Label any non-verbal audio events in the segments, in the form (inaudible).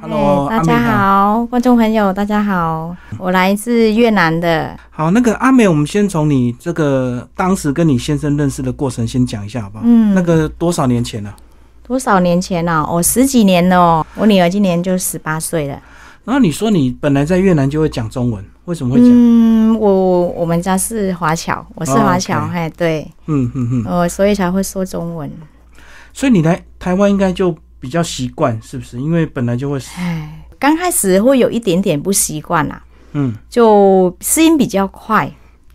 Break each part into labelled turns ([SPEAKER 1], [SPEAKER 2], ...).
[SPEAKER 1] Hello，
[SPEAKER 2] 哎嗨大
[SPEAKER 1] 阿
[SPEAKER 2] 家
[SPEAKER 1] 美啊。
[SPEAKER 2] 好，观众朋友，大家好，我来自越南的。
[SPEAKER 1] 好，那个阿美，我们先从你这个当时跟你先生认识的过程先讲一下，好不好？
[SPEAKER 2] 嗯，
[SPEAKER 1] 哦那个多少年前啊了？
[SPEAKER 2] 多少年前了、哦？十几年了哦。我女儿今年就十八岁了。
[SPEAKER 1] 然后你说你本来在越南就会讲中文，为什么会讲？
[SPEAKER 2] 嗯，我我们家是华侨，我是
[SPEAKER 1] 哦
[SPEAKER 2] 华侨，
[SPEAKER 1] OK
[SPEAKER 2] 嘿，对，
[SPEAKER 1] 嗯嗯嗯，
[SPEAKER 2] 我所以才会说中文。
[SPEAKER 1] 所以你来台湾应该就比较习惯，是不是？因为本来就会，
[SPEAKER 2] 哎，刚开始会有一点点不习惯啦，
[SPEAKER 1] 嗯，
[SPEAKER 2] 就适应比较快。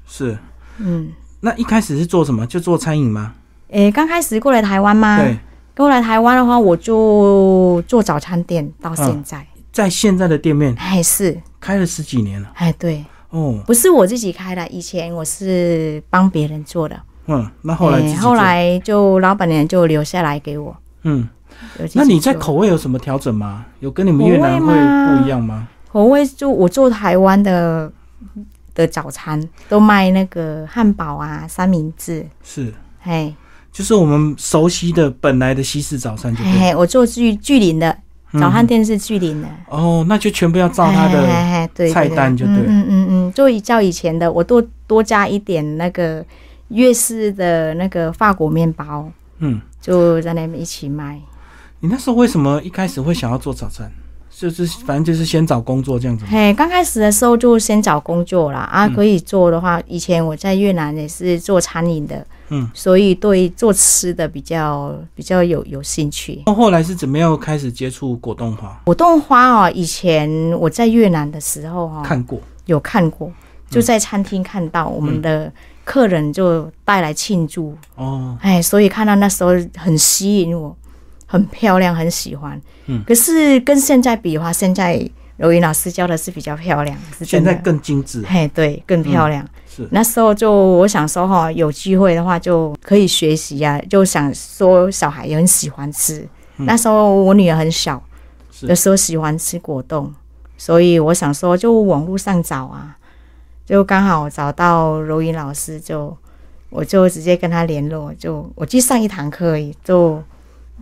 [SPEAKER 1] 是。
[SPEAKER 2] 嗯，
[SPEAKER 1] 那一开始是做什么？就做餐饮吗？
[SPEAKER 2] 诶，刚开始过来台湾吗？
[SPEAKER 1] 对，
[SPEAKER 2] 过来台湾的话，我就做早餐店到现在，
[SPEAKER 1] 在现在的店面
[SPEAKER 2] 还是
[SPEAKER 1] 开了十几年了。
[SPEAKER 2] 哎对。
[SPEAKER 1] 哦，
[SPEAKER 2] 不是我自己开的，以前我是帮别人做的。
[SPEAKER 1] 嗯，那后来自
[SPEAKER 2] 哎
[SPEAKER 1] 己做
[SPEAKER 2] 后，来就老板娘就留下来给我。
[SPEAKER 1] 嗯，
[SPEAKER 2] 有自己
[SPEAKER 1] 那你在
[SPEAKER 2] 做
[SPEAKER 1] 口味有什么调整吗？有跟你们越南
[SPEAKER 2] 口味吗
[SPEAKER 1] 会不一样吗？
[SPEAKER 2] 口味就我做台湾的的早餐，都卖那个汉堡啊、三明治，
[SPEAKER 1] 是。
[SPEAKER 2] 哎
[SPEAKER 1] 就是我们熟悉的本来的西式早餐就
[SPEAKER 2] 嘿
[SPEAKER 1] 对了。
[SPEAKER 2] 嘿，我做巨巨林的
[SPEAKER 1] 嗯
[SPEAKER 2] 早餐店是巨林的，
[SPEAKER 1] 哦，那就全部要照它
[SPEAKER 2] 嘿
[SPEAKER 1] 的。
[SPEAKER 2] 嘿嘿对
[SPEAKER 1] 菜单就对了
[SPEAKER 2] 嗯嗯嗯嗯，就以较以前的，我多多加一点那个粤式的那个法国面包，
[SPEAKER 1] 嗯，
[SPEAKER 2] 就在那边一起卖。
[SPEAKER 1] 你那时候为什么一开始会想要做早餐？就是反正就是先找工作这样子吗。
[SPEAKER 2] 嘿，刚开始的时候就先找工作啦啊，
[SPEAKER 1] 嗯
[SPEAKER 2] 可以做的话，以前我在越南也是做餐饮的，
[SPEAKER 1] 嗯，
[SPEAKER 2] 所以对做吃的比较比较有有兴趣。
[SPEAKER 1] 那哦后来是怎么样开始接触果冻花？
[SPEAKER 2] 果冻花哦，以前我在越南的时候哦，
[SPEAKER 1] 看嗯过，
[SPEAKER 2] 有看过，就在餐厅看到我们
[SPEAKER 1] 嗯
[SPEAKER 2] 的客人就带来庆祝，
[SPEAKER 1] 哦，
[SPEAKER 2] 哎，所以看到那时候很吸引我，很漂亮，很喜欢。
[SPEAKER 1] 嗯
[SPEAKER 2] 可是跟现在比的话，现在柔云老师教的是比较漂亮，是
[SPEAKER 1] 现
[SPEAKER 2] 真的
[SPEAKER 1] 在更嗯精致
[SPEAKER 2] 嘿，对，更漂亮。
[SPEAKER 1] 是。
[SPEAKER 2] 那时候就我想说哈，有机会的话就可以学习呀、就想说小孩也很喜欢吃。
[SPEAKER 1] 嗯
[SPEAKER 2] 那时候我女儿很小，
[SPEAKER 1] 是
[SPEAKER 2] 有时候喜欢吃果冻，所以我想说就网络上找啊，就刚好找到柔云老师就，我就直接跟她联络，就我去上一堂课而已，就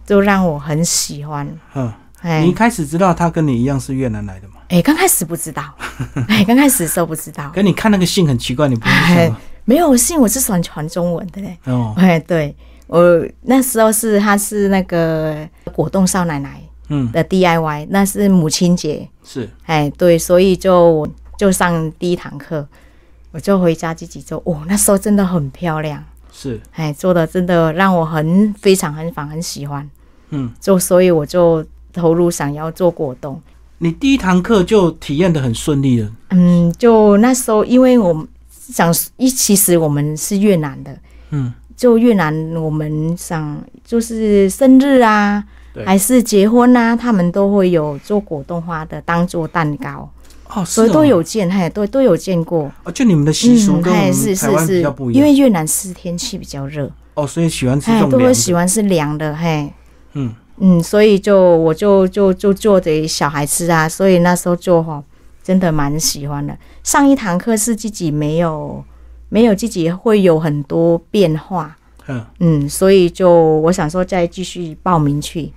[SPEAKER 2] 就让我很喜欢。
[SPEAKER 1] 嗯，你一
[SPEAKER 2] 哎
[SPEAKER 1] 开始知道他跟你一样是越南来的吗？
[SPEAKER 2] 哎，刚开始不知道，哎，刚开始的时候不知道，
[SPEAKER 1] 可你看那个姓很奇怪，你不会想吗
[SPEAKER 2] 没有信我是喜欢传中文的嘞。
[SPEAKER 1] 哦，
[SPEAKER 2] 哎，对我那时候是她是那个果冻少奶奶
[SPEAKER 1] 嗯，
[SPEAKER 2] 的 DIY，那是母亲节，
[SPEAKER 1] 是
[SPEAKER 2] 哎，对，所以就就上第一堂课，我就回家自己做，哦，那时候真的很漂亮，
[SPEAKER 1] 是，
[SPEAKER 2] 哎，做的真的让我很非常很反很喜欢，
[SPEAKER 1] 嗯，
[SPEAKER 2] 就所以我就投入想要做果冻，
[SPEAKER 1] 你第一堂课就体验的很顺利了，
[SPEAKER 2] 嗯，就那时候因为我们想一其实我们是越南的，
[SPEAKER 1] 嗯，
[SPEAKER 2] 就越南，我们想就是生日啊
[SPEAKER 1] 对，
[SPEAKER 2] 还是结婚啊，他们都会有做果冻花的，当做蛋糕，
[SPEAKER 1] 哦，是
[SPEAKER 2] 所以
[SPEAKER 1] 哦
[SPEAKER 2] 都有见，嘿，对，都有见过。嗯
[SPEAKER 1] 哦，就你们的习俗跟我
[SPEAKER 2] 嘿是
[SPEAKER 1] 们台
[SPEAKER 2] 是
[SPEAKER 1] 湾比较
[SPEAKER 2] 是
[SPEAKER 1] 不，一
[SPEAKER 2] 因
[SPEAKER 1] 样
[SPEAKER 2] 为越南是天气比较热，
[SPEAKER 1] 哦，所以喜欢吃这
[SPEAKER 2] 嘿，
[SPEAKER 1] 种
[SPEAKER 2] 哎都
[SPEAKER 1] 凉
[SPEAKER 2] 会喜
[SPEAKER 1] 的，
[SPEAKER 2] 欢是凉的，嘿，
[SPEAKER 1] 嗯，
[SPEAKER 2] 嗯，所以就我就就就做给小孩吃啊，所以那时候做哈，真的蛮喜欢的。上一堂课是自己没有没有自己会有很多变化，
[SPEAKER 1] 嗯，
[SPEAKER 2] 嗯，所以就我想说再继续报名去，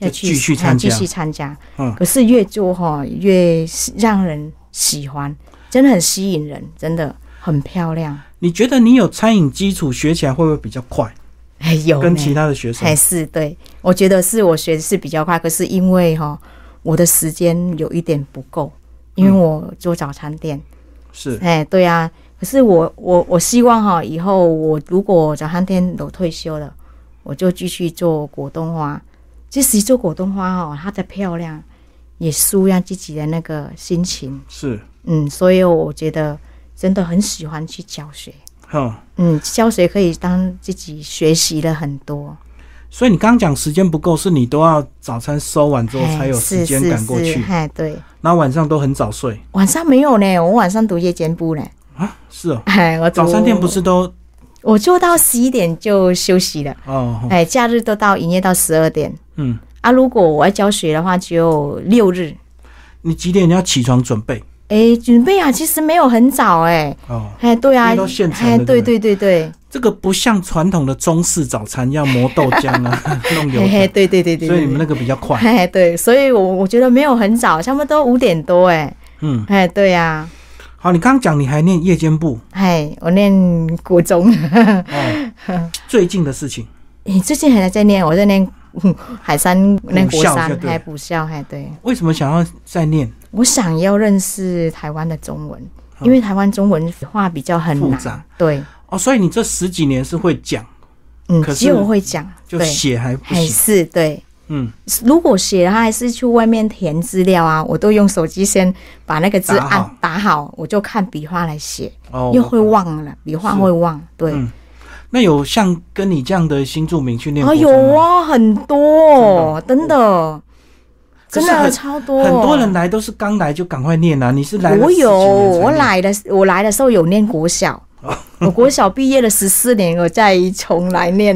[SPEAKER 1] 就
[SPEAKER 2] 再去
[SPEAKER 1] 继续
[SPEAKER 2] 哎
[SPEAKER 1] 参加
[SPEAKER 2] 继续参加。
[SPEAKER 1] 嗯
[SPEAKER 2] 可是越做哈越喜让人喜欢，真的很吸引人，真的很漂亮。
[SPEAKER 1] 你觉得你有餐饮基础，学起来会不会比较快？
[SPEAKER 2] 哎，有
[SPEAKER 1] 跟
[SPEAKER 2] 呢
[SPEAKER 1] 其他的学生
[SPEAKER 2] 还，是对，我觉得是我学的是比较快，可是因为哈我的时间有一点不够，因为
[SPEAKER 1] 嗯
[SPEAKER 2] 我做早餐店。
[SPEAKER 1] 是
[SPEAKER 2] 哎，对啊。可是我我我希望哈，以后我如果早餐店都退休了，我就继续做果冻花。其实做果冻花哦，它的漂亮也舒压自己的那个心情，
[SPEAKER 1] 是，
[SPEAKER 2] 嗯，所以我觉得真的很喜欢去教学，
[SPEAKER 1] 哼。
[SPEAKER 2] 嗯，教学可以当自己学习了很多，
[SPEAKER 1] 所以你刚刚讲时间不够，是你都要早餐收完之后才有时间赶过
[SPEAKER 2] 哎是是
[SPEAKER 1] 去
[SPEAKER 2] 是，哎，对，
[SPEAKER 1] 然后晚上都很早睡
[SPEAKER 2] 晚上没有呢，我晚上读夜间部呢，
[SPEAKER 1] 啊？是哦，
[SPEAKER 2] 哎，我读
[SPEAKER 1] 早餐店不，是都
[SPEAKER 2] 我做到十一点就休息了，
[SPEAKER 1] 哦，
[SPEAKER 2] 哎，假日都到营业到十二点。
[SPEAKER 1] 嗯，
[SPEAKER 2] 啊，如果我要教学的话，只有六日。
[SPEAKER 1] 你几点要起床准备？
[SPEAKER 2] 哎，准备啊，其实没有很早哎、
[SPEAKER 1] 哦，
[SPEAKER 2] 哎，对
[SPEAKER 1] 因为
[SPEAKER 2] 啊
[SPEAKER 1] 都现，成的
[SPEAKER 2] 哎，
[SPEAKER 1] 对
[SPEAKER 2] 对
[SPEAKER 1] 不对
[SPEAKER 2] 对对对，
[SPEAKER 1] 这个不像传统的中式早餐要磨豆浆
[SPEAKER 2] (laughs)
[SPEAKER 1] 啊，弄
[SPEAKER 2] 嘿
[SPEAKER 1] 牛
[SPEAKER 2] 嘿，
[SPEAKER 1] 奶，
[SPEAKER 2] 对对对对，
[SPEAKER 1] 所以
[SPEAKER 2] 对
[SPEAKER 1] 你们那个比较快。
[SPEAKER 2] 嘿嘿对，所以我我觉得没有很早，差不多五点多哎，
[SPEAKER 1] 嗯，
[SPEAKER 2] 哎对呀、
[SPEAKER 1] 好，你刚刚讲你还念夜间部
[SPEAKER 2] 啊，哎我念国中， (laughs)
[SPEAKER 1] 哦，最近的事情，
[SPEAKER 2] 你最近还在念，我在念嗯海山念国
[SPEAKER 1] 补校就
[SPEAKER 2] 三，
[SPEAKER 1] 对
[SPEAKER 2] 还补校，还对
[SPEAKER 1] 为什么想要再念？
[SPEAKER 2] 我想要认识台湾的中文，
[SPEAKER 1] 嗯
[SPEAKER 2] 因为台湾中文话比较很
[SPEAKER 1] 复
[SPEAKER 2] 难
[SPEAKER 1] 杂，
[SPEAKER 2] 对，
[SPEAKER 1] 哦，所以你这十几年是会讲，
[SPEAKER 2] 嗯，
[SPEAKER 1] 可是
[SPEAKER 2] 只有会讲，
[SPEAKER 1] 就
[SPEAKER 2] 对，
[SPEAKER 1] 写还不
[SPEAKER 2] 还
[SPEAKER 1] 行。
[SPEAKER 2] 是对。
[SPEAKER 1] 嗯，
[SPEAKER 2] 如果写的话，还是去外面填资料啊，我都用手机先把那个字
[SPEAKER 1] 打好
[SPEAKER 2] 按打好，我就看笔画来写，
[SPEAKER 1] 哦，
[SPEAKER 2] 又会忘了，笔画
[SPEAKER 1] 是
[SPEAKER 2] 会忘，对。
[SPEAKER 1] 嗯那有像跟你这样的新著名去念
[SPEAKER 2] 哦，
[SPEAKER 1] 国中吗，
[SPEAKER 2] 有哦，很多，真的，
[SPEAKER 1] 可
[SPEAKER 2] 真
[SPEAKER 1] 是
[SPEAKER 2] 的
[SPEAKER 1] 很
[SPEAKER 2] 超多。
[SPEAKER 1] 很多人来都是刚来就赶快念啊，你是来了
[SPEAKER 2] 哦我
[SPEAKER 1] 十几
[SPEAKER 2] 有，
[SPEAKER 1] 年才
[SPEAKER 2] 我
[SPEAKER 1] 念
[SPEAKER 2] 来的我来的时候有念
[SPEAKER 1] (laughs)
[SPEAKER 2] 国小，我国小毕业了十四年，我再重来念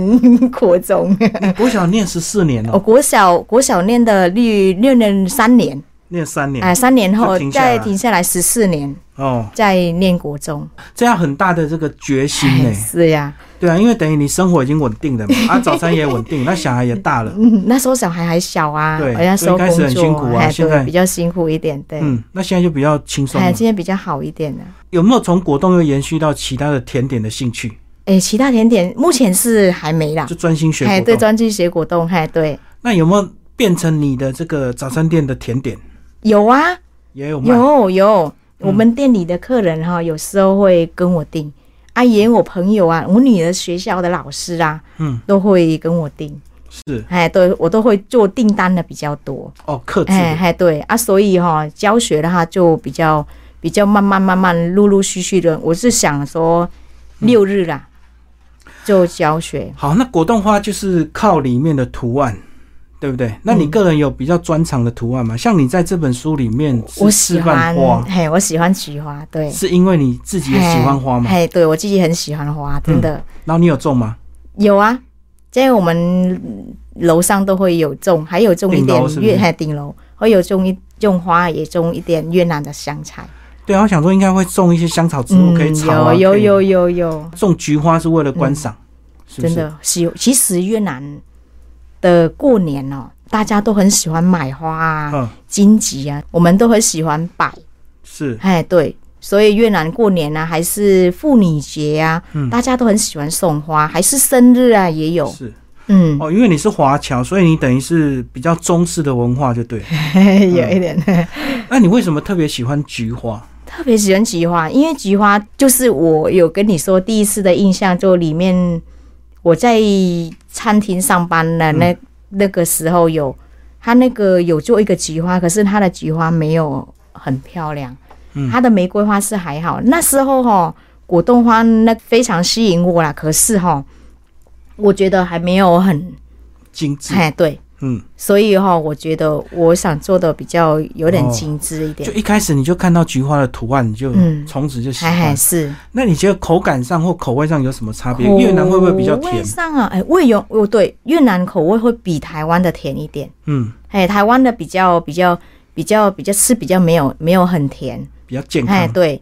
[SPEAKER 2] 国中。
[SPEAKER 1] 你国小哎念十四年
[SPEAKER 2] 我
[SPEAKER 1] 哦，
[SPEAKER 2] 国小国小念的六六年三年，
[SPEAKER 1] 念三
[SPEAKER 2] 哎、
[SPEAKER 1] 年
[SPEAKER 2] 三年
[SPEAKER 1] 就
[SPEAKER 2] 后
[SPEAKER 1] 停下来
[SPEAKER 2] 再停下来十四年，
[SPEAKER 1] 哦，
[SPEAKER 2] 再念国中。哎
[SPEAKER 1] 这样很大的这个决心呢。
[SPEAKER 2] 是呀、 (laughs)
[SPEAKER 1] 对啊，因为等于你生活已经稳定了嘛，啊，早餐也稳定，那小孩也大了，
[SPEAKER 2] 嗯，那时候小孩还小啊，
[SPEAKER 1] 对
[SPEAKER 2] 我那时候
[SPEAKER 1] 所以一开始
[SPEAKER 2] 工作
[SPEAKER 1] 很辛苦啊
[SPEAKER 2] 哎
[SPEAKER 1] 现
[SPEAKER 2] 对
[SPEAKER 1] 在
[SPEAKER 2] 比较辛苦一点，对，
[SPEAKER 1] 嗯，那现在就比较轻松
[SPEAKER 2] 哎，
[SPEAKER 1] 了。
[SPEAKER 2] 今天比较好一点啊了。
[SPEAKER 1] 有没有从果冻又延续到其他的甜点的兴趣？
[SPEAKER 2] 诶，哎其他甜点目前是还没啦
[SPEAKER 1] 就。专心学
[SPEAKER 2] 嘿，
[SPEAKER 1] 果
[SPEAKER 2] 啊哎对，
[SPEAKER 1] 冻。
[SPEAKER 2] 专注学果冻，嘿，对，
[SPEAKER 1] 那有没有变成你的这个早餐店的甜点？
[SPEAKER 2] 有啊，
[SPEAKER 1] 也有卖嗯
[SPEAKER 2] 有有，我们店里的客人哈、有时候会跟我订，啊，也有我朋友啊，我女儿学校的老师啊，
[SPEAKER 1] 嗯，
[SPEAKER 2] 都会跟我订，
[SPEAKER 1] 是
[SPEAKER 2] 哎，对我都会做订单的比较多，
[SPEAKER 1] 哦，克制
[SPEAKER 2] 哎，
[SPEAKER 1] 的
[SPEAKER 2] 哎，对啊，所以哈、教学的话就比较比较慢慢慢慢陆陆续续的，我是想说
[SPEAKER 1] 嗯
[SPEAKER 2] 六日啦、就教学，
[SPEAKER 1] 好，那果冻花就是靠里面的图案，对不对？那你个人有比较专长的图案吗？像你在这本书里面是
[SPEAKER 2] 嗯我喜
[SPEAKER 1] 示
[SPEAKER 2] 欢
[SPEAKER 1] 范花，，
[SPEAKER 2] 嘿，我喜欢菊花，对，
[SPEAKER 1] 是因为你自己也喜欢花吗？嗯
[SPEAKER 2] 嘿，嘿对我自己很喜欢花，真的、
[SPEAKER 1] 然后你有种吗？
[SPEAKER 2] 有啊，在我们楼上都会有种，还有种一
[SPEAKER 1] 顶
[SPEAKER 2] 点
[SPEAKER 1] 楼是不是
[SPEAKER 2] 越嘿顶楼，会有种一种花，也种一点越南的香菜，
[SPEAKER 1] 对啊，我想说应该会种一些香草植物可以炒啊，
[SPEAKER 2] 嗯有
[SPEAKER 1] 可以
[SPEAKER 2] 有有有有，
[SPEAKER 1] 种菊花是为了观赏，是不
[SPEAKER 2] 真
[SPEAKER 1] 是？
[SPEAKER 2] 的喜，其实越南的过年哦，大家都很喜欢买花啊、
[SPEAKER 1] 嗯，
[SPEAKER 2] 荆棘啊，我们都很喜欢摆。
[SPEAKER 1] 是
[SPEAKER 2] 哎，对，所以越南过年啊，还是妇女节啊，
[SPEAKER 1] 嗯
[SPEAKER 2] 大家都很喜欢送花，还是生日啊也有，
[SPEAKER 1] 是
[SPEAKER 2] 嗯， (laughs)
[SPEAKER 1] 哦，因为你是华侨，所以你等于是比较中式的文化就对了。
[SPEAKER 2] 有
[SPEAKER 1] 嗯
[SPEAKER 2] 一点。
[SPEAKER 1] 那你为什么特别喜欢菊花？
[SPEAKER 2] 特别喜欢菊花，因为菊花就是我有跟你说第一次的印象，就里面我在餐厅上班
[SPEAKER 1] 嗯
[SPEAKER 2] 的那、那个时候有，它那个有做一个菊花，可是它的菊花没有很漂亮
[SPEAKER 1] 嗯，
[SPEAKER 2] 它的玫瑰花是还好。那时候哈、果冻花那非常吸引我啦，可是哈、我觉得还没有很
[SPEAKER 1] 精致，
[SPEAKER 2] 哎对，
[SPEAKER 1] 嗯，
[SPEAKER 2] 所以哈、我觉得我想做的比较有点
[SPEAKER 1] 哦
[SPEAKER 2] 精致一点
[SPEAKER 1] 就，一开始你就看到菊花的图案，你就
[SPEAKER 2] 嗯
[SPEAKER 1] 从此就喜
[SPEAKER 2] 还
[SPEAKER 1] 欢。
[SPEAKER 2] 还是。
[SPEAKER 1] 那你觉得口感上或口味上有什么差别？
[SPEAKER 2] 口
[SPEAKER 1] 越南会不会比较
[SPEAKER 2] 味
[SPEAKER 1] 甜？
[SPEAKER 2] 上啊，哎，味有哦，对，越南口味会比台湾的甜一点。
[SPEAKER 1] 嗯，
[SPEAKER 2] 哎，台湾的比较比较比较比较吃比较没有没有很甜。
[SPEAKER 1] 比较健
[SPEAKER 2] 哎，
[SPEAKER 1] 康。
[SPEAKER 2] 对，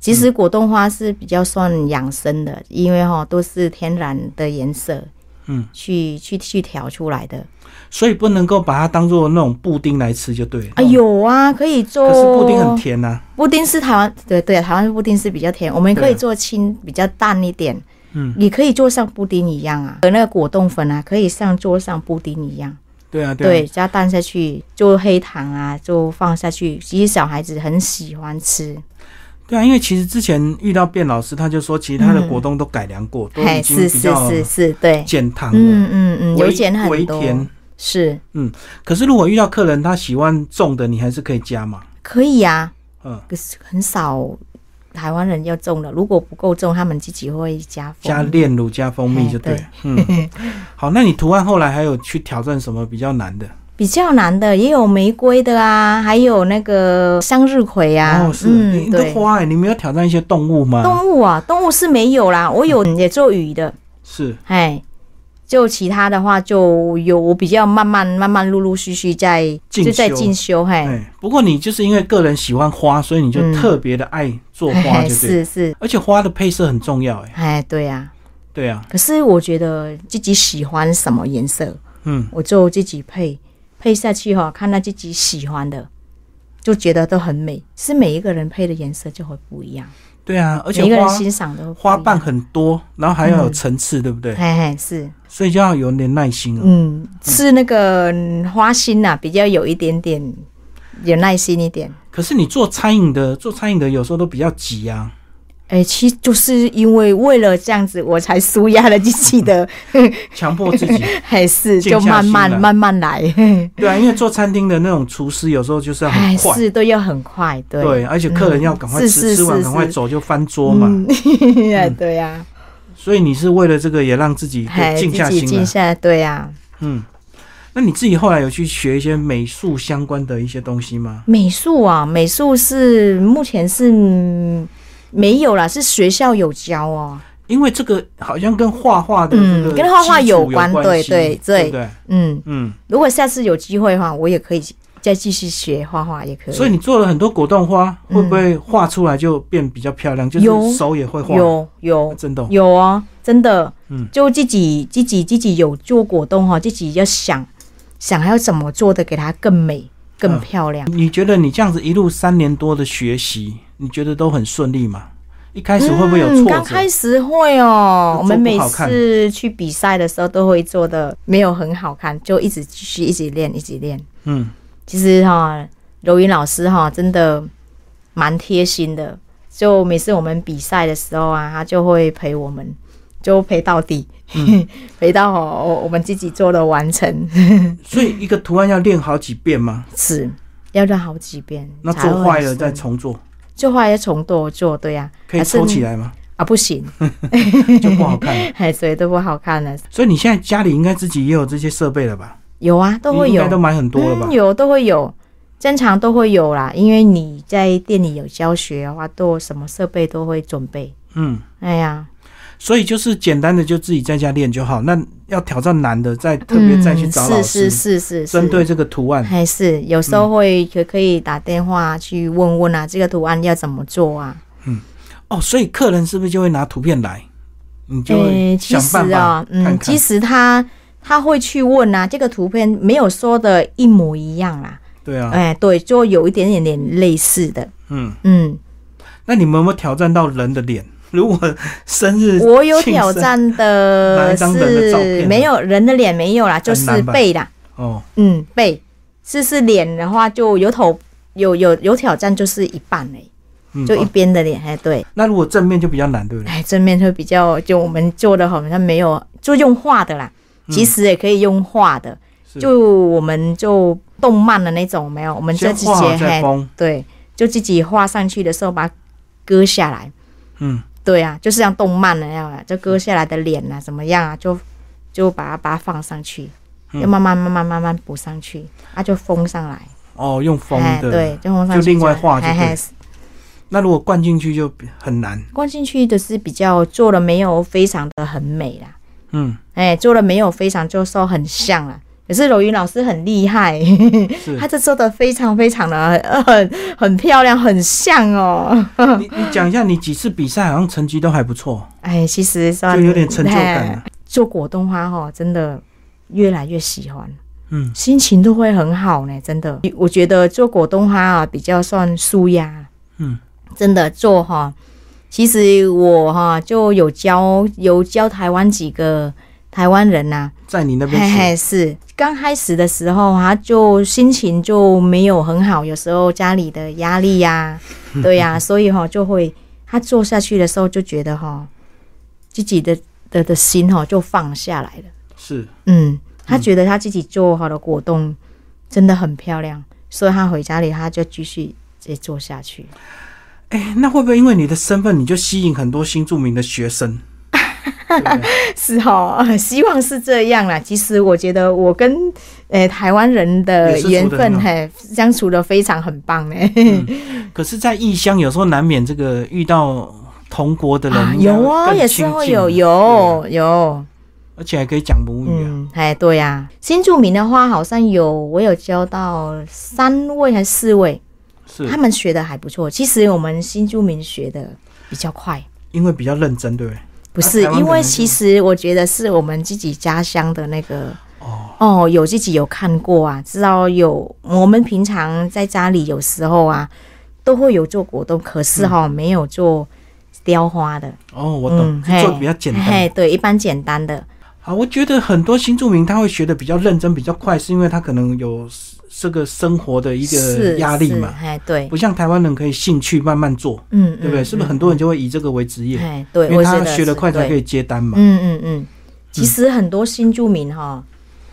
[SPEAKER 2] 其实果冻花是比较算养生的，因为哈、都是天然的颜色，
[SPEAKER 1] 嗯，哦
[SPEAKER 2] 去去去调出来的。
[SPEAKER 1] 所以不能够把它当做那种布丁来吃就对了。
[SPEAKER 2] 啊，有啊，可以做。
[SPEAKER 1] 可是布丁很，甜呐、啊
[SPEAKER 2] 布丁是台湾对对，台湾布丁是比较甜，我们可以做轻比较淡一点。
[SPEAKER 1] 嗯，
[SPEAKER 2] 也可以做像布丁一样啊，和那个果冻粉啊，可以像做上布丁一样。
[SPEAKER 1] 对啊，对啊。
[SPEAKER 2] 对，加蛋下去，就黑糖啊，就放下去。其实小孩子很喜欢吃，
[SPEAKER 1] 对啊，因为其实之前遇到卞老师，他就说，其实他的
[SPEAKER 2] 嗯
[SPEAKER 1] 果冻都改良过，都
[SPEAKER 2] 嘿，
[SPEAKER 1] 已经
[SPEAKER 2] 是
[SPEAKER 1] 比
[SPEAKER 2] 是
[SPEAKER 1] 较
[SPEAKER 2] 嗯哎是是，对，
[SPEAKER 1] 减糖了，
[SPEAKER 2] 嗯嗯嗯，有
[SPEAKER 1] 微
[SPEAKER 2] 减
[SPEAKER 1] 微
[SPEAKER 2] 很多
[SPEAKER 1] 甜，。
[SPEAKER 2] 是
[SPEAKER 1] 可是如果遇到客人他喜欢重的，你还是可以加嘛。
[SPEAKER 2] 可以啊，
[SPEAKER 1] 嗯，
[SPEAKER 2] 可是很少台湾人要种的，如果不够种，他们自己会加蜂
[SPEAKER 1] 加炼乳加蜂
[SPEAKER 2] 哎
[SPEAKER 1] 蜜就对了。
[SPEAKER 2] (laughs)
[SPEAKER 1] 嗯，好，那你图案后来还有去挑战什么比较难的？
[SPEAKER 2] 比较难的也有玫瑰的啊，还有那个向日葵啊，
[SPEAKER 1] 哦，是你
[SPEAKER 2] 嗯，
[SPEAKER 1] 你的
[SPEAKER 2] 对，
[SPEAKER 1] 花、欸，你没有挑战一些动物吗？
[SPEAKER 2] 动物啊，动物是没有啦，我有
[SPEAKER 1] 嗯
[SPEAKER 2] 也做鱼的，
[SPEAKER 1] 是
[SPEAKER 2] 哎，就其他的话就有我比较慢慢慢慢陆陆续续在
[SPEAKER 1] 进
[SPEAKER 2] 就在
[SPEAKER 1] 修
[SPEAKER 2] 进修，嘿，
[SPEAKER 1] 哎，不过你就是因为个人喜欢花，所以你就
[SPEAKER 2] 嗯
[SPEAKER 1] 特别的爱做
[SPEAKER 2] 嘿
[SPEAKER 1] 花，
[SPEAKER 2] 嘿
[SPEAKER 1] 就对了。
[SPEAKER 2] 嗯是是，
[SPEAKER 1] 而且花的配色很重要，哎，
[SPEAKER 2] 哎，对呀、
[SPEAKER 1] 对啊，
[SPEAKER 2] 可是我觉得自己喜欢什么颜色，
[SPEAKER 1] 嗯，
[SPEAKER 2] 我就自己配配下去哈、看到自己喜欢的，就觉得都很美。是每一个人配的颜色就会不一样，
[SPEAKER 1] 对啊，而且
[SPEAKER 2] 每一个人
[SPEAKER 1] 花
[SPEAKER 2] 欣赏都
[SPEAKER 1] 花瓣
[SPEAKER 2] 很
[SPEAKER 1] 很多，然后还要有
[SPEAKER 2] 嗯
[SPEAKER 1] 层次，对不对？
[SPEAKER 2] 嘿嘿是，
[SPEAKER 1] 所以就要有点耐心啊了。
[SPEAKER 2] 嗯，是那个嗯花心呐、比较有一点点有耐心一点。
[SPEAKER 1] 可是你做餐饮的，做餐饮的有时候都比较急啊。
[SPEAKER 2] 哎、其实就是因为为了这样子，我才舒压了自己 (laughs) 的，
[SPEAKER 1] 强迫自
[SPEAKER 2] (laughs)
[SPEAKER 1] 己，
[SPEAKER 2] 还是
[SPEAKER 1] 静下
[SPEAKER 2] 就慢慢
[SPEAKER 1] 心来
[SPEAKER 2] 慢慢来，
[SPEAKER 1] 对啊，因为做餐厅的那种厨师有时候就是要很
[SPEAKER 2] 还
[SPEAKER 1] 快，
[SPEAKER 2] 是都要很快，对。嗯
[SPEAKER 1] 对，而且客人要赶快
[SPEAKER 2] 是
[SPEAKER 1] 吃，
[SPEAKER 2] 是
[SPEAKER 1] 吃完
[SPEAKER 2] 是
[SPEAKER 1] 赶快
[SPEAKER 2] 是
[SPEAKER 1] 走就翻桌嘛。
[SPEAKER 2] (laughs) 嗯对呀、
[SPEAKER 1] 所以你是为了这个也让自己
[SPEAKER 2] 还
[SPEAKER 1] 静下
[SPEAKER 2] 自己
[SPEAKER 1] 心
[SPEAKER 2] 静
[SPEAKER 1] 来。
[SPEAKER 2] 下，对呀、
[SPEAKER 1] 嗯，那你自己后来有去学一些美术相关的一些东西吗？
[SPEAKER 2] 美术啊，美术是目前是嗯没有啦，是学校有教哦。
[SPEAKER 1] 因为这个好像跟画画的这
[SPEAKER 2] 嗯
[SPEAKER 1] 个
[SPEAKER 2] 跟画画
[SPEAKER 1] 基础
[SPEAKER 2] 有
[SPEAKER 1] 有
[SPEAKER 2] 关
[SPEAKER 1] 关系
[SPEAKER 2] 对对
[SPEAKER 1] 对
[SPEAKER 2] 对
[SPEAKER 1] 不对，
[SPEAKER 2] 嗯，
[SPEAKER 1] 嗯，
[SPEAKER 2] 如果下次有机会的话，我也可以再继续学画画，也可以。
[SPEAKER 1] 所以你做了很多果冻花，
[SPEAKER 2] 嗯
[SPEAKER 1] 会不会画出来就变比较漂亮？就
[SPEAKER 2] 有
[SPEAKER 1] 是手也会画，
[SPEAKER 2] 有有
[SPEAKER 1] 真的哦，
[SPEAKER 2] 有哦，真的，
[SPEAKER 1] 嗯
[SPEAKER 2] 就自己自己自己有做果冻哈、哦，自己要想想要怎么做的给它更美、更
[SPEAKER 1] 嗯
[SPEAKER 2] 漂亮。
[SPEAKER 1] 你觉得你这样子一路三年多的学习，你觉得都很顺利吗？一开始会不会有
[SPEAKER 2] 嗯
[SPEAKER 1] 挫
[SPEAKER 2] 刚、
[SPEAKER 1] 折？
[SPEAKER 2] 开始会哦，
[SPEAKER 1] 做
[SPEAKER 2] 我们每
[SPEAKER 1] 不好看
[SPEAKER 2] 次去比赛的时候都会做的没有很好看，就一直继续一直练，一直练。
[SPEAKER 1] 嗯
[SPEAKER 2] 其实哈、柔云老师哈、真的蛮贴心的，就每次我们比赛的时候啊，他就会陪我们，就陪到底，
[SPEAKER 1] 嗯
[SPEAKER 2] (laughs) 陪到哦我我们自己做的完成，
[SPEAKER 1] 所以一个图案要练好几遍吗？
[SPEAKER 2] 是要练好几遍。
[SPEAKER 1] (laughs) 那
[SPEAKER 2] 才
[SPEAKER 1] 做
[SPEAKER 2] 会
[SPEAKER 1] 坏了
[SPEAKER 2] 是
[SPEAKER 1] 再重做，
[SPEAKER 2] 做坏了重做做，对呀、
[SPEAKER 1] 可以
[SPEAKER 2] 还是
[SPEAKER 1] 抽起来吗？
[SPEAKER 2] 啊，不行， (laughs)
[SPEAKER 1] 就不好看了。
[SPEAKER 2] 哎，所以都不好看了。
[SPEAKER 1] 所以你现在家里应该自己也有这些设备了吧？
[SPEAKER 2] 有啊，都会
[SPEAKER 1] 你应
[SPEAKER 2] 有
[SPEAKER 1] 该，都买很多了吧
[SPEAKER 2] 嗯、？有都会有，正常都会有啦。因为你在店里有教学的话，都有什么设备都会准备。
[SPEAKER 1] 嗯，
[SPEAKER 2] 哎呀，
[SPEAKER 1] 所以就是简单的就自己在家练就好。那要挑战难的，再特别再去找老
[SPEAKER 2] 嗯
[SPEAKER 1] 师，
[SPEAKER 2] 是是是是
[SPEAKER 1] 针对。这个图
[SPEAKER 2] (laughs)
[SPEAKER 1] 案。
[SPEAKER 2] 还是有时候会可可以打电话去问问啊，这个图案要怎么做啊？
[SPEAKER 1] 哦，所以客人是不是就会拿图片来？你就
[SPEAKER 2] 呃
[SPEAKER 1] 会
[SPEAKER 2] 其
[SPEAKER 1] 想
[SPEAKER 2] 实
[SPEAKER 1] 办法
[SPEAKER 2] 啊，嗯
[SPEAKER 1] 看，看
[SPEAKER 2] 其。实他他会去问啊，这个图片没有说的一模一样啦，
[SPEAKER 1] 对啊，
[SPEAKER 2] 哎，对，就有一点点点类似的，
[SPEAKER 1] 嗯，
[SPEAKER 2] 嗯，
[SPEAKER 1] 那你们有没有挑战到人的脸？如果生日，
[SPEAKER 2] 我有挑战
[SPEAKER 1] 哪
[SPEAKER 2] 的
[SPEAKER 1] 一张人的照片
[SPEAKER 2] 是
[SPEAKER 1] 呢
[SPEAKER 2] 没有人的脸没有啦，就是
[SPEAKER 1] 难吧
[SPEAKER 2] 背啦，
[SPEAKER 1] 哦，
[SPEAKER 2] 嗯，背是是脸的话就有头有有有挑战就是一半哎、
[SPEAKER 1] 嗯，
[SPEAKER 2] 就一
[SPEAKER 1] 哦
[SPEAKER 2] 边的脸哎对，
[SPEAKER 1] 那如果正面就比较难，对不对？
[SPEAKER 2] 哎正面会比较就我们做的好像没有就用画的啦，
[SPEAKER 1] 嗯
[SPEAKER 2] 其实也可以用画的，
[SPEAKER 1] 是
[SPEAKER 2] 就我们就动漫的那种没有，我们就
[SPEAKER 1] 先
[SPEAKER 2] 直
[SPEAKER 1] 画好
[SPEAKER 2] 接
[SPEAKER 1] 再
[SPEAKER 2] 嘿
[SPEAKER 1] 封，
[SPEAKER 2] 对，就自己画上去的时候把它割下来。
[SPEAKER 1] 嗯，
[SPEAKER 2] 对啊，就是像动漫那样啊，就割下来的脸啊，怎么样啊，就就把它把它放上去，
[SPEAKER 1] 嗯
[SPEAKER 2] 要慢慢慢慢慢慢补上去，啊，就封上来，
[SPEAKER 1] 哦，用封
[SPEAKER 2] 哎，
[SPEAKER 1] 的，。
[SPEAKER 2] 对，就封上去，哎
[SPEAKER 1] 就另外画就
[SPEAKER 2] 嘿
[SPEAKER 1] 对
[SPEAKER 2] 嘿
[SPEAKER 1] 了那如果灌进去就比很难，
[SPEAKER 2] 灌进去的是比较做的没有非常的很美啦， (laughs)
[SPEAKER 1] 嗯，
[SPEAKER 2] 哎，做的没有非常就说很像啦。可是柔云老师很厉害，
[SPEAKER 1] 是
[SPEAKER 2] 他。这做的非常非常的呃很很漂亮，很像哦。
[SPEAKER 1] 你你讲一下，你几次比赛好像成绩都还不错，
[SPEAKER 2] 哎，其实算
[SPEAKER 1] 就有点成就感啊
[SPEAKER 2] 哎
[SPEAKER 1] 了。
[SPEAKER 2] 做果冻花哈、真的越来越喜欢。
[SPEAKER 1] 嗯，
[SPEAKER 2] 心情都会很好呢，真的。我觉得做果冻花啊，比较算舒压。
[SPEAKER 1] 嗯，
[SPEAKER 2] 真的做哈，其实我哈就有教有教台湾几个台湾人啊呐、
[SPEAKER 1] 在你那
[SPEAKER 2] 嘿
[SPEAKER 1] 边学，
[SPEAKER 2] 嘿是。刚开始的时候啊，就心情就没有很好，有时候家里的压
[SPEAKER 1] (laughs)
[SPEAKER 2] 力呀、对呀、所以哈、就会他做下去的时候就觉得哈、自己的的的心哈、就放下来了。
[SPEAKER 1] 是
[SPEAKER 2] 嗯，他觉得他自己做好的果冻真的很漂亮，所以他回家里他就继续再做下去。
[SPEAKER 1] 哎，那会不会因为你的身份，你就吸引很多新著名的学
[SPEAKER 2] (laughs)
[SPEAKER 1] 生？对不对
[SPEAKER 2] 是哦， (laughs) 希望是这样啦。其实我觉得我跟呃台湾人的
[SPEAKER 1] 也是处得
[SPEAKER 2] 缘
[SPEAKER 1] 很
[SPEAKER 2] 分
[SPEAKER 1] 好
[SPEAKER 2] 还相处的非常很棒呢。
[SPEAKER 1] 可是，在异乡有时候难免这个遇到同国的人、
[SPEAKER 2] 啊有哦，也是会有，有有，
[SPEAKER 1] 啊而且还可以讲母语啊。
[SPEAKER 2] 嗯，哎对呀、新住民的话好像有我有教到三位还是四位，他
[SPEAKER 1] 是
[SPEAKER 2] 们学的还不错。其实我们新住民学的比较快。
[SPEAKER 1] 因为比较认真，对不对？
[SPEAKER 2] 不是，
[SPEAKER 1] 啊台湾
[SPEAKER 2] 因
[SPEAKER 1] 可能
[SPEAKER 2] 为
[SPEAKER 1] 就
[SPEAKER 2] 其实我觉得是我们自己家乡的那个
[SPEAKER 1] 哦，
[SPEAKER 2] 哦，有自己有看过啊，知道有我们平常在家里有时候啊都会有做果冻，可
[SPEAKER 1] 嗯
[SPEAKER 2] 是哈、没有做雕花的，
[SPEAKER 1] 哦，我懂，
[SPEAKER 2] 嗯
[SPEAKER 1] 就做
[SPEAKER 2] 嘿
[SPEAKER 1] 比较简单。
[SPEAKER 2] 嘿，对，一般简单的，
[SPEAKER 1] 好，我觉得很多新住民他会学的比较认真、比较快，是因为他可能有这个生活的一个
[SPEAKER 2] 是
[SPEAKER 1] 压力
[SPEAKER 2] 是
[SPEAKER 1] 嘛，
[SPEAKER 2] 嘿，对，
[SPEAKER 1] 不像台湾人可以兴趣慢慢做，
[SPEAKER 2] 嗯，
[SPEAKER 1] 对不对？
[SPEAKER 2] 嗯
[SPEAKER 1] 是不是很多人就会以这个为职业？
[SPEAKER 2] 哎，对，
[SPEAKER 1] 因
[SPEAKER 2] 我
[SPEAKER 1] 为
[SPEAKER 2] 觉
[SPEAKER 1] 他
[SPEAKER 2] 得
[SPEAKER 1] 学得
[SPEAKER 2] 是
[SPEAKER 1] 快才可
[SPEAKER 2] 对
[SPEAKER 1] 以接单嘛。
[SPEAKER 2] 嗯嗯嗯，其实很多新住民哈，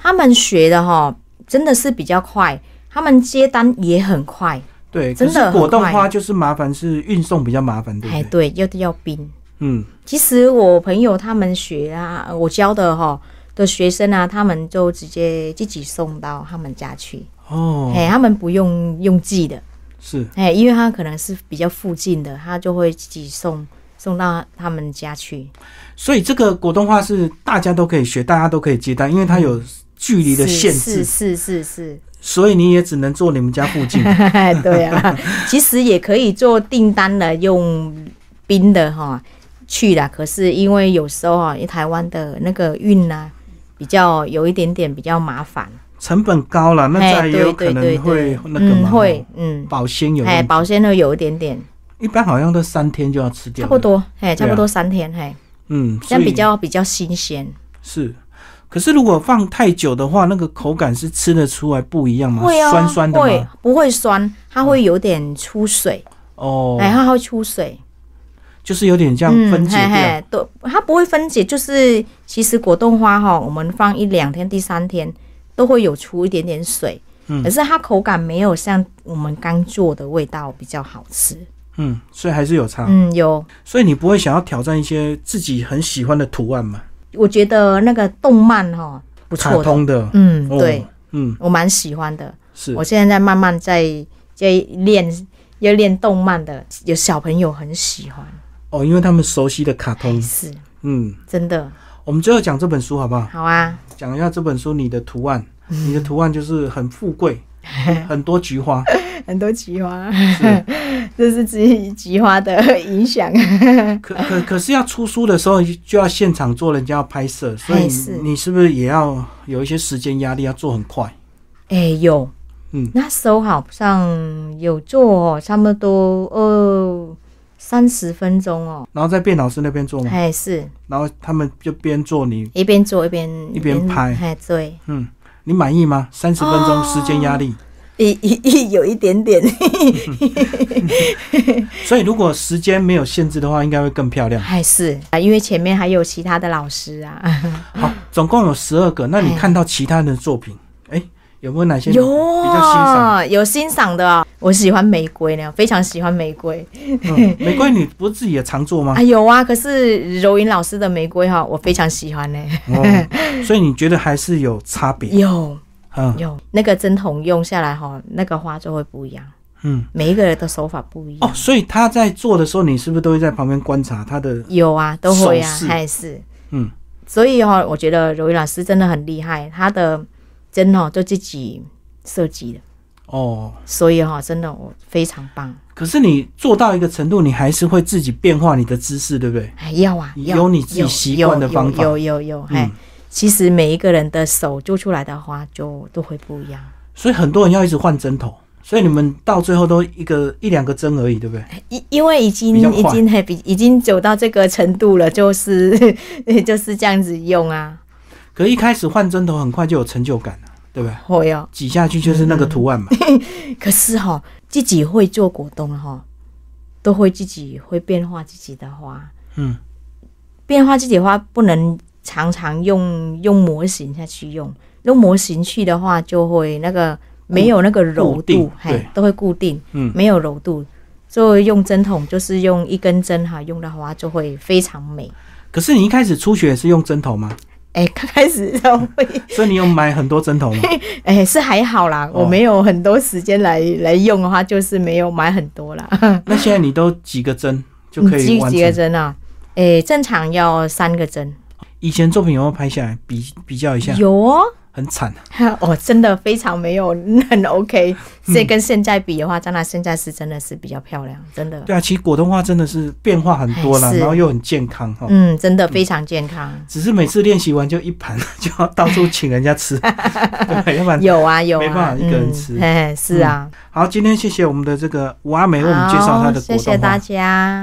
[SPEAKER 2] 他们学的哈真的是比较快，他们接单也很快，
[SPEAKER 1] 对，可
[SPEAKER 2] 真的
[SPEAKER 1] 是
[SPEAKER 2] 很
[SPEAKER 1] 果冻
[SPEAKER 2] 快
[SPEAKER 1] 花就是麻烦，是运送比较麻烦，对
[SPEAKER 2] 哎，
[SPEAKER 1] 不对？
[SPEAKER 2] 对，要要冰。
[SPEAKER 1] 嗯，
[SPEAKER 2] 其实我朋友他们学啊，我教的哈的学生啊，他们就直接自己送到他们家去，
[SPEAKER 1] 哦，
[SPEAKER 2] 哎、他们不用用寄的，
[SPEAKER 1] 是
[SPEAKER 2] 哎，因为他可能是比较附近的，他就会自己送送到他们家去。
[SPEAKER 1] 所以这个果冻花是大家都可以学，大家都可以接单，因为它有距离的限
[SPEAKER 2] 嗯是
[SPEAKER 1] 制，
[SPEAKER 2] 是是是 (laughs)
[SPEAKER 1] 所以你也只能做你们家附近。
[SPEAKER 2] 是，对
[SPEAKER 1] (laughs)
[SPEAKER 2] 啊，其实也可以做订单的，用冰的哈去啦。可是因为有时候哈，因为台湾的那个运呢、比较有一点点比较麻烦。
[SPEAKER 1] 成本高了，那
[SPEAKER 2] 哎
[SPEAKER 1] 再也有可
[SPEAKER 2] 对对
[SPEAKER 1] 能
[SPEAKER 2] 对
[SPEAKER 1] 会
[SPEAKER 2] 对
[SPEAKER 1] 那个嘛，哦
[SPEAKER 2] 嗯，会，嗯，
[SPEAKER 1] 保鲜有问
[SPEAKER 2] 哎，
[SPEAKER 1] 题，
[SPEAKER 2] 保鲜的有一点点，
[SPEAKER 1] 一般好像都三天就要吃掉，
[SPEAKER 2] 差不，多，哎，差
[SPEAKER 1] 对
[SPEAKER 2] 不
[SPEAKER 1] 啊
[SPEAKER 2] 多三天，嘿，
[SPEAKER 1] 嗯，
[SPEAKER 2] 这
[SPEAKER 1] 所
[SPEAKER 2] 样
[SPEAKER 1] 以
[SPEAKER 2] 比较比较新鲜，
[SPEAKER 1] 是。可是如果放太久的话，那个口感是吃得出来不一样吗？
[SPEAKER 2] 会啊，
[SPEAKER 1] 酸酸的
[SPEAKER 2] 会
[SPEAKER 1] 吗？
[SPEAKER 2] 不会酸？它会有点出水，
[SPEAKER 1] 哦，
[SPEAKER 2] 哎，它会出水，
[SPEAKER 1] 就是有点这样分解
[SPEAKER 2] 嗯嘿
[SPEAKER 1] 掉，
[SPEAKER 2] 嘿，对，它不会分解，就是其实果冻花哈，我们放一两天、第三天都会有出一点点水，
[SPEAKER 1] 嗯
[SPEAKER 2] 可是它口感没有像我们刚做的味道比较好吃，
[SPEAKER 1] 嗯，所以还是有差。
[SPEAKER 2] 嗯，有，
[SPEAKER 1] 所以你不会想要挑战一些自己很喜欢的图案嘛？
[SPEAKER 2] 我觉得那个动漫哈不
[SPEAKER 1] 卡
[SPEAKER 2] 错的，
[SPEAKER 1] 通的，
[SPEAKER 2] 嗯，
[SPEAKER 1] 哦
[SPEAKER 2] 对，，
[SPEAKER 1] 嗯，
[SPEAKER 2] 我蛮喜欢的。
[SPEAKER 1] 是
[SPEAKER 2] 我现在在慢慢在在练，要练动漫的，有小朋友很喜欢，
[SPEAKER 1] 哦，因为他们熟悉的卡
[SPEAKER 2] 还
[SPEAKER 1] 通，
[SPEAKER 2] 是
[SPEAKER 1] 嗯，
[SPEAKER 2] 真的
[SPEAKER 1] 我们最后讲这本书好不好？
[SPEAKER 2] 好啊，
[SPEAKER 1] 讲一下这本书你的图
[SPEAKER 2] (laughs)
[SPEAKER 1] 案，你的图案就是很富贵，很多菊花，
[SPEAKER 2] 很多菊花，
[SPEAKER 1] 是
[SPEAKER 2] (laughs) 这是菊菊花的影响。
[SPEAKER 1] 可可可是要出书的时候就要现场做，人家要拍摄，所以
[SPEAKER 2] 哎是
[SPEAKER 1] 你是不是也要有一些时间压力，要做很快？
[SPEAKER 2] (laughs) 哎、有，
[SPEAKER 1] 嗯
[SPEAKER 2] 那时候好像有做哦，差不多二三十分钟哦，
[SPEAKER 1] 然后在卞老师那边做嘛，
[SPEAKER 2] 哎、是
[SPEAKER 1] 然后他们就边做你，
[SPEAKER 2] 一边做一边
[SPEAKER 1] 一边拍
[SPEAKER 2] 哎，对，
[SPEAKER 1] 嗯，你满意吗？三十分钟
[SPEAKER 2] 哦
[SPEAKER 1] 时间压力。
[SPEAKER 2] 一一一有一点 (laughs) 点，
[SPEAKER 1] 所以如果时间没有限制的话，应该会更漂亮。
[SPEAKER 2] 还是啊，因为前面还有其他的老师啊。
[SPEAKER 1] 好，总共有十二个。那你
[SPEAKER 2] 哎
[SPEAKER 1] 看到其他人的作品，哎、有没有哪些你
[SPEAKER 2] 有
[SPEAKER 1] 比较欣赏？
[SPEAKER 2] 啊，有欣赏的啊，我喜欢玫瑰呢，非常喜欢玫瑰
[SPEAKER 1] 嗯，玫瑰女不是自己也常做吗
[SPEAKER 2] 啊，？有啊，可是柔云老师的玫瑰哈、我非常喜欢呢，
[SPEAKER 1] 哦，所以你觉得还是有差别？
[SPEAKER 2] 有
[SPEAKER 1] 嗯
[SPEAKER 2] 有那个针筒用下来哈、那个花就会不一样，
[SPEAKER 1] 嗯。
[SPEAKER 2] 每一个人的手法不一样，
[SPEAKER 1] 哦，所以他在做的时候，你是不是都会在旁边观察他的？
[SPEAKER 2] 有啊，都会
[SPEAKER 1] 手
[SPEAKER 2] 啊
[SPEAKER 1] 势，
[SPEAKER 2] 还是
[SPEAKER 1] 嗯，
[SPEAKER 2] 所以哈、我觉得柔云老师真的很厉害，他的针哦就自己设计的，
[SPEAKER 1] 哦，
[SPEAKER 2] 所以哈、真的我非常棒，
[SPEAKER 1] 可是你做到一个程度，你还是会自己变化你的姿势，对不对？
[SPEAKER 2] 哎要啊，要
[SPEAKER 1] 有你自己习惯的方法
[SPEAKER 2] 有有有有，有哎。
[SPEAKER 1] 嗯，
[SPEAKER 2] 其实每一个人的手做出来的花就都会不一样，
[SPEAKER 1] 所以很多人要一直换针头，所以你们到最后都一个一两个针而已，对不对？
[SPEAKER 2] 因因为已经
[SPEAKER 1] 比较快
[SPEAKER 2] 已经还比已经走到这个程度了，就是 (laughs) 就是这样子用啊，
[SPEAKER 1] 可一开始换针头很快就有成就感了，啊对不对？
[SPEAKER 2] 会哦。
[SPEAKER 1] 挤下去就是那个图案嘛。
[SPEAKER 2] 哎可是哈、自己会做果冻哈、都会自己会变化自己的花，
[SPEAKER 1] 嗯，
[SPEAKER 2] 变化自己的花不能常常用用模型下去用，用模型去的话就会那个没有那个柔
[SPEAKER 1] 固定
[SPEAKER 2] 度，嘿
[SPEAKER 1] 对，
[SPEAKER 2] 都会固定。
[SPEAKER 1] 嗯，
[SPEAKER 2] 没有柔度，就用针筒，就是用一根针哈，用的话就会非常美。
[SPEAKER 1] 可是你一开始初学也是用针头吗？
[SPEAKER 2] 哎，刚开始都会，
[SPEAKER 1] 所以你有买很多针头吗？
[SPEAKER 2] (laughs) 哎，是还好啦，
[SPEAKER 1] 哦
[SPEAKER 2] 我没有很多时间来来用的话，就是没有买很多啦，
[SPEAKER 1] 那现在你都几个针就可
[SPEAKER 2] 嗯
[SPEAKER 1] 以
[SPEAKER 2] 几
[SPEAKER 1] 完
[SPEAKER 2] 几个
[SPEAKER 1] 成？
[SPEAKER 2] 针啊？哎，正常要三个针，
[SPEAKER 1] 以前作品有没有拍下来比比较一下？
[SPEAKER 2] 有哦， (laughs)
[SPEAKER 1] 很惨，啊
[SPEAKER 2] 哦，真的非常没有很 OK。这
[SPEAKER 1] 嗯
[SPEAKER 2] 跟现在比的话，当然现在是真的是比较漂亮，真的，
[SPEAKER 1] 对啊，其实果冻花真的是变化很多啦，
[SPEAKER 2] 哎是
[SPEAKER 1] 然后又很健康哈。
[SPEAKER 2] 嗯，真的非常健康。
[SPEAKER 1] 只是每次练习完就一盘，就要到处请人家
[SPEAKER 2] (laughs)
[SPEAKER 1] 吃，对，要不然
[SPEAKER 2] 有啊有
[SPEAKER 1] 嗯
[SPEAKER 2] 啊，
[SPEAKER 1] 没办法一个人吃
[SPEAKER 2] 嗯哎、是啊，
[SPEAKER 1] 嗯哎好，今天谢谢我们的这个五阿美为我们介绍她的
[SPEAKER 2] 好
[SPEAKER 1] 果
[SPEAKER 2] 谢谢
[SPEAKER 1] 冻花
[SPEAKER 2] 大。家。